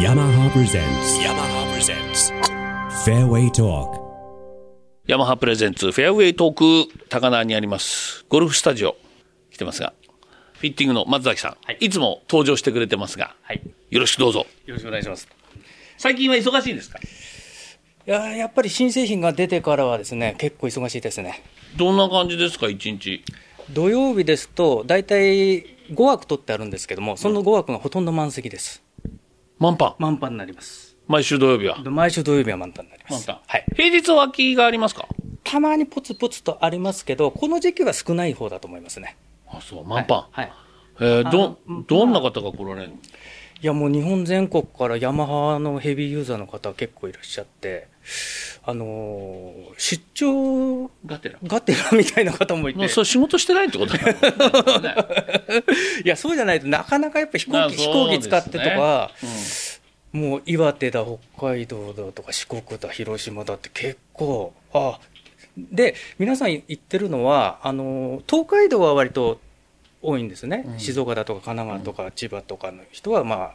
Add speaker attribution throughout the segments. Speaker 1: yamaha presents yamaha presents fairway talk
Speaker 2: ヤマハプレゼンツフェアウェイトーク高輪にありますゴルフスタジオ来てますがフィッティングの松崎さん、
Speaker 3: はい
Speaker 2: い、つも登場してくれてますが、
Speaker 3: はい。
Speaker 2: よろしくどうぞ
Speaker 3: よろしくお願いします。最近は忙しいんですかいやーやっぱり新製品が出てからはですね、結構忙しいですね。
Speaker 2: どんな感じですか一日
Speaker 3: 土曜日ですと、大体5枠取ってあるんですけども、その5枠がほとんど満席です。
Speaker 2: 満帆
Speaker 3: 満帆になります。
Speaker 2: 毎週土曜日は
Speaker 3: で毎週土曜日は満タンになりま
Speaker 2: 満
Speaker 3: す。
Speaker 2: 帆
Speaker 3: はい。
Speaker 2: 平日は空きがありますか
Speaker 3: たまにポツポツとありますけど、この時期は少ない方だと思いますね。
Speaker 2: あそう満帆、
Speaker 3: はい。はい
Speaker 2: えーどどんな方が来られるの
Speaker 3: いやもう日本全国からヤマハのヘビーユーザーの方結構いらっしゃって、あのー出張
Speaker 2: がてら
Speaker 3: ガテラみたいな方もい
Speaker 2: も
Speaker 3: て
Speaker 2: う、それ仕事してないってことだよ ね
Speaker 3: いや、そうじゃないとなかなかやっぱ飛
Speaker 2: まあ
Speaker 3: 行機、飛行機使ってとか、
Speaker 2: そうですね
Speaker 3: もう岩手だ、北海道だとか、四国だ、広島だって結構、あで、皆さん言ってるのは、あの、東海道は割と多いんですね。
Speaker 2: うん
Speaker 3: 静岡だとか、神奈川とか、千葉とかの人は、まあ、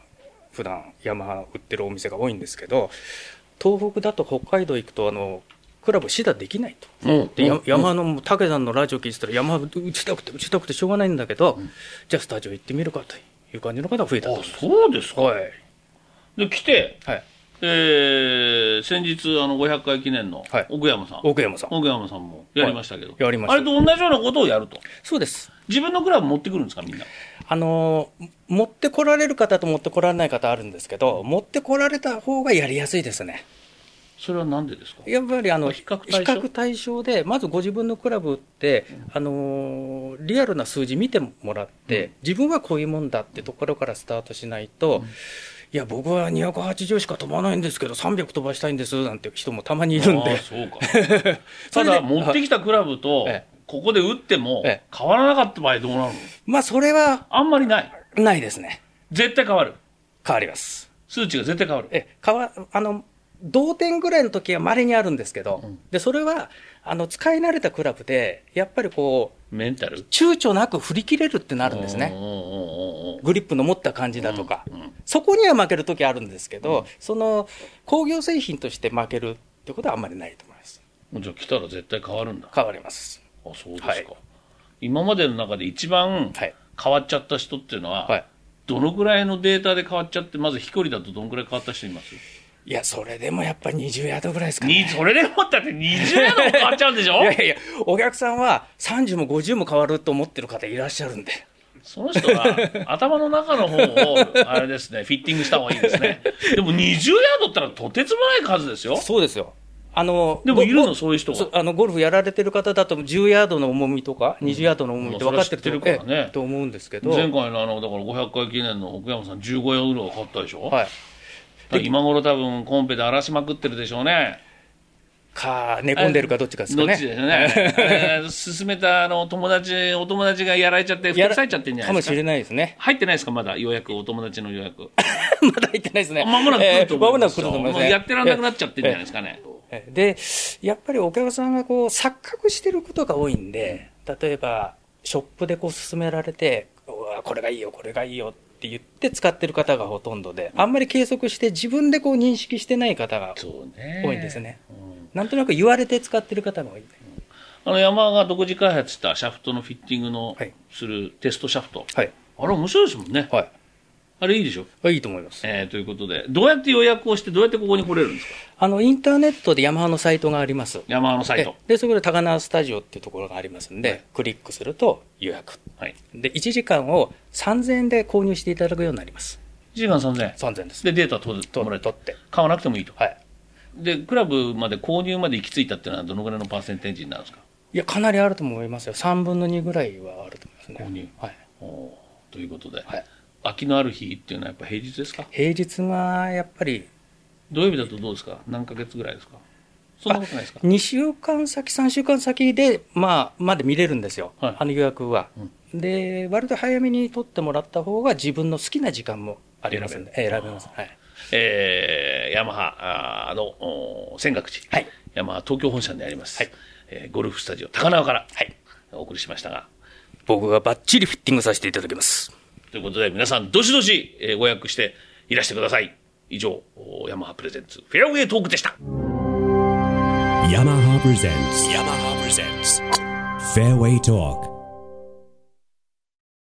Speaker 3: 普段山売ってるお店が多いんですけど、東北だと北海道行くと、あの、クラブシダできないと。
Speaker 2: うんうん
Speaker 3: で、や
Speaker 2: うん
Speaker 3: 山のもう武さんのラジオ聞いてたら山打ちたくて打ちたくてしょうがないんだけど、じゃあスタジオ行ってみるかという感じの方が増えたと
Speaker 2: あそうですか、
Speaker 3: はい
Speaker 2: で来て、
Speaker 3: はい
Speaker 2: えー、先日あの500回記念の
Speaker 3: はい
Speaker 2: 奥山さん、
Speaker 3: 奥山さん
Speaker 2: 奥山さんもやりましたけど、
Speaker 3: はいやりました
Speaker 2: あれと同じようなことをやると
Speaker 3: そうです
Speaker 2: 自分のクラブ持ってくるんですかみんな
Speaker 3: あのー持ってこられる方と持ってこられない方あるんですけど持ってこられた方がやりやすいですね
Speaker 2: それはなんでですか
Speaker 3: やっぱりあの
Speaker 2: 比較対象
Speaker 3: 対象でまずご自分のクラブって、あのーリアルな数字見てもらって、
Speaker 2: うん
Speaker 3: 自分はこういうもんだってところからスタートしないと、いや僕は280しか飛ばないんですけど300飛ばしたいんですなんて人もたまにいるん
Speaker 2: あー
Speaker 3: で
Speaker 2: そう かただ持ってきたクラブと
Speaker 3: ええ
Speaker 2: ここで打っても
Speaker 3: ええ
Speaker 2: 変わらなかった場合どうなるの
Speaker 3: まあそれは
Speaker 2: あんまりない
Speaker 3: ないですね
Speaker 2: 絶対変わる
Speaker 3: 変わります
Speaker 2: 数値が絶対変わる
Speaker 3: え変わあの同点ぐらいの時はまれにあるんですけど、
Speaker 2: うん
Speaker 3: でそれはあの使い慣れたクラブでやっぱりこう
Speaker 2: メンタル
Speaker 3: 躊躇なく振り切れるってな
Speaker 2: あ
Speaker 3: るんですね、
Speaker 2: ね
Speaker 3: グリップの持った感じだとか、
Speaker 2: うん
Speaker 3: そこには負けるときあるんですけど、その工業製品として負けるってことはあんまりないと思います。
Speaker 2: じゃあ来たら絶対変わるんだあ
Speaker 3: 変わります。
Speaker 2: そうですか、
Speaker 3: はい
Speaker 2: 今までの中で一番
Speaker 3: はい。
Speaker 2: 変わっちゃった人っていうのは、
Speaker 3: はい。
Speaker 2: どのぐらいのデータで変わっちゃって、まず飛距離だとどのぐらい変わった人います
Speaker 3: いや、それでもやっぱ20ヤードぐらいですか
Speaker 2: に
Speaker 3: ね。
Speaker 2: それでもだって20ヤードも変わっちゃうんでしょ
Speaker 3: いやいやいや、お客さんは30も50も変わると思ってる方いらっしゃるんで。
Speaker 2: その人は頭の中の方を、あれですね、フィッティングした方がいいですね。でも20ヤードったらとてつもない数ですよ。
Speaker 3: そうですよ。あの、
Speaker 2: でもいるの、
Speaker 3: ご
Speaker 2: そういう人が。
Speaker 3: そうあのゴルフやられてる方だと10ヤードの重みとか20ヤードの重みって分かってると,ええ、
Speaker 2: まあそれは知ってるからね
Speaker 3: と思うんですけど、
Speaker 2: 前回のあの、だから500回記念の奥山さん15ヤードが変わったでしょ、だ
Speaker 3: はい、
Speaker 2: から今頃多分コンペで荒らしまくってるでしょうね。
Speaker 3: か寝込んでるかどっちかですかね。
Speaker 2: どっちですね。えー進めたあの友達、お友達がやられちゃって、ふてくされちゃってんじゃない
Speaker 3: か
Speaker 2: で
Speaker 3: も
Speaker 2: すか
Speaker 3: し。れないですね。
Speaker 2: 入ってないですか、まだ予約、お友達の予約。
Speaker 3: まだ行ってないですね。
Speaker 2: まもなく来ると
Speaker 3: えーま
Speaker 2: 思
Speaker 3: も
Speaker 2: いま
Speaker 3: なく
Speaker 2: す
Speaker 3: 来る
Speaker 2: よ
Speaker 3: と思います
Speaker 2: もう
Speaker 3: ね。
Speaker 2: やってらんなくなっちゃってるんじゃないですかね。
Speaker 3: えーで、やっぱりお客さんがこう、錯覚してることが多いんで、例えば、ショップでこう勧められて、うわこれがいいよ、これがいいよって言って使ってる方がほとんどで、あんまり計測して自分でこう認識してない方が
Speaker 2: そうね
Speaker 3: 多いんです。ね。
Speaker 2: うん
Speaker 3: なんとなく言われて使ってる方が多いんで。
Speaker 2: あの山が独自開発したシャフトのフィッティングの
Speaker 3: はい
Speaker 2: するテストシャフト。
Speaker 3: はい。
Speaker 2: あれ面白いですもんね。
Speaker 3: はい。
Speaker 2: あれいいでしょ。
Speaker 3: はい、いいと思います。
Speaker 2: えーということで、どうやって予約をして、どうやってここに来れるんですか
Speaker 3: あの、インターネットでヤマハのサイトがあります。
Speaker 2: 山のサイト
Speaker 3: え。で、そこで高輪スタジオっていうところがありますんで、クリックすると予約。
Speaker 2: はい。
Speaker 3: で、1時間を3000円で購入していただくようになります。
Speaker 2: 1時間3000円。
Speaker 3: 3000円です。
Speaker 2: で、データ取
Speaker 3: と
Speaker 2: もらえ
Speaker 3: 取
Speaker 2: と。
Speaker 3: って。
Speaker 2: 買わなくてもいいと。
Speaker 3: はい。
Speaker 2: で、クラブまで購入まで行き着いたっていうのは、どのぐらいのパーセンテージになるんですか
Speaker 3: いや、かなりあると思いますよ。3分の2ぐらいはあると思いますね。
Speaker 2: 購入
Speaker 3: はい。
Speaker 2: おーということで、
Speaker 3: はい
Speaker 2: 秋のある日っていうのはやっぱ平日ですか
Speaker 3: 平日がやっぱり、
Speaker 2: 土曜日だとどうですか何ヶ月ぐらいですかそんなことないですか
Speaker 3: 2週間先、3週間先で、まあ、まで見れるんですよ。
Speaker 2: はい
Speaker 3: あの予約は。で、割と早めに取ってもらった方が自分の好きな時間もありますんで、え選べます。はい。
Speaker 2: えー、ヤマハあーのおー仙岳寺、
Speaker 3: はい
Speaker 2: ヤマハ東京本社にあります、
Speaker 3: はい
Speaker 2: えーゴルフスタジオ高輪から
Speaker 3: はい。
Speaker 2: お送りしましたが、
Speaker 3: 僕がバッチリフィッティングさせていただきます。
Speaker 2: ということで皆さんどしどしえーご予約していらしてください。以上、ヤマハプレゼンツフェアウェイトークでした。
Speaker 1: yamaha presents yamaha presents fairway talk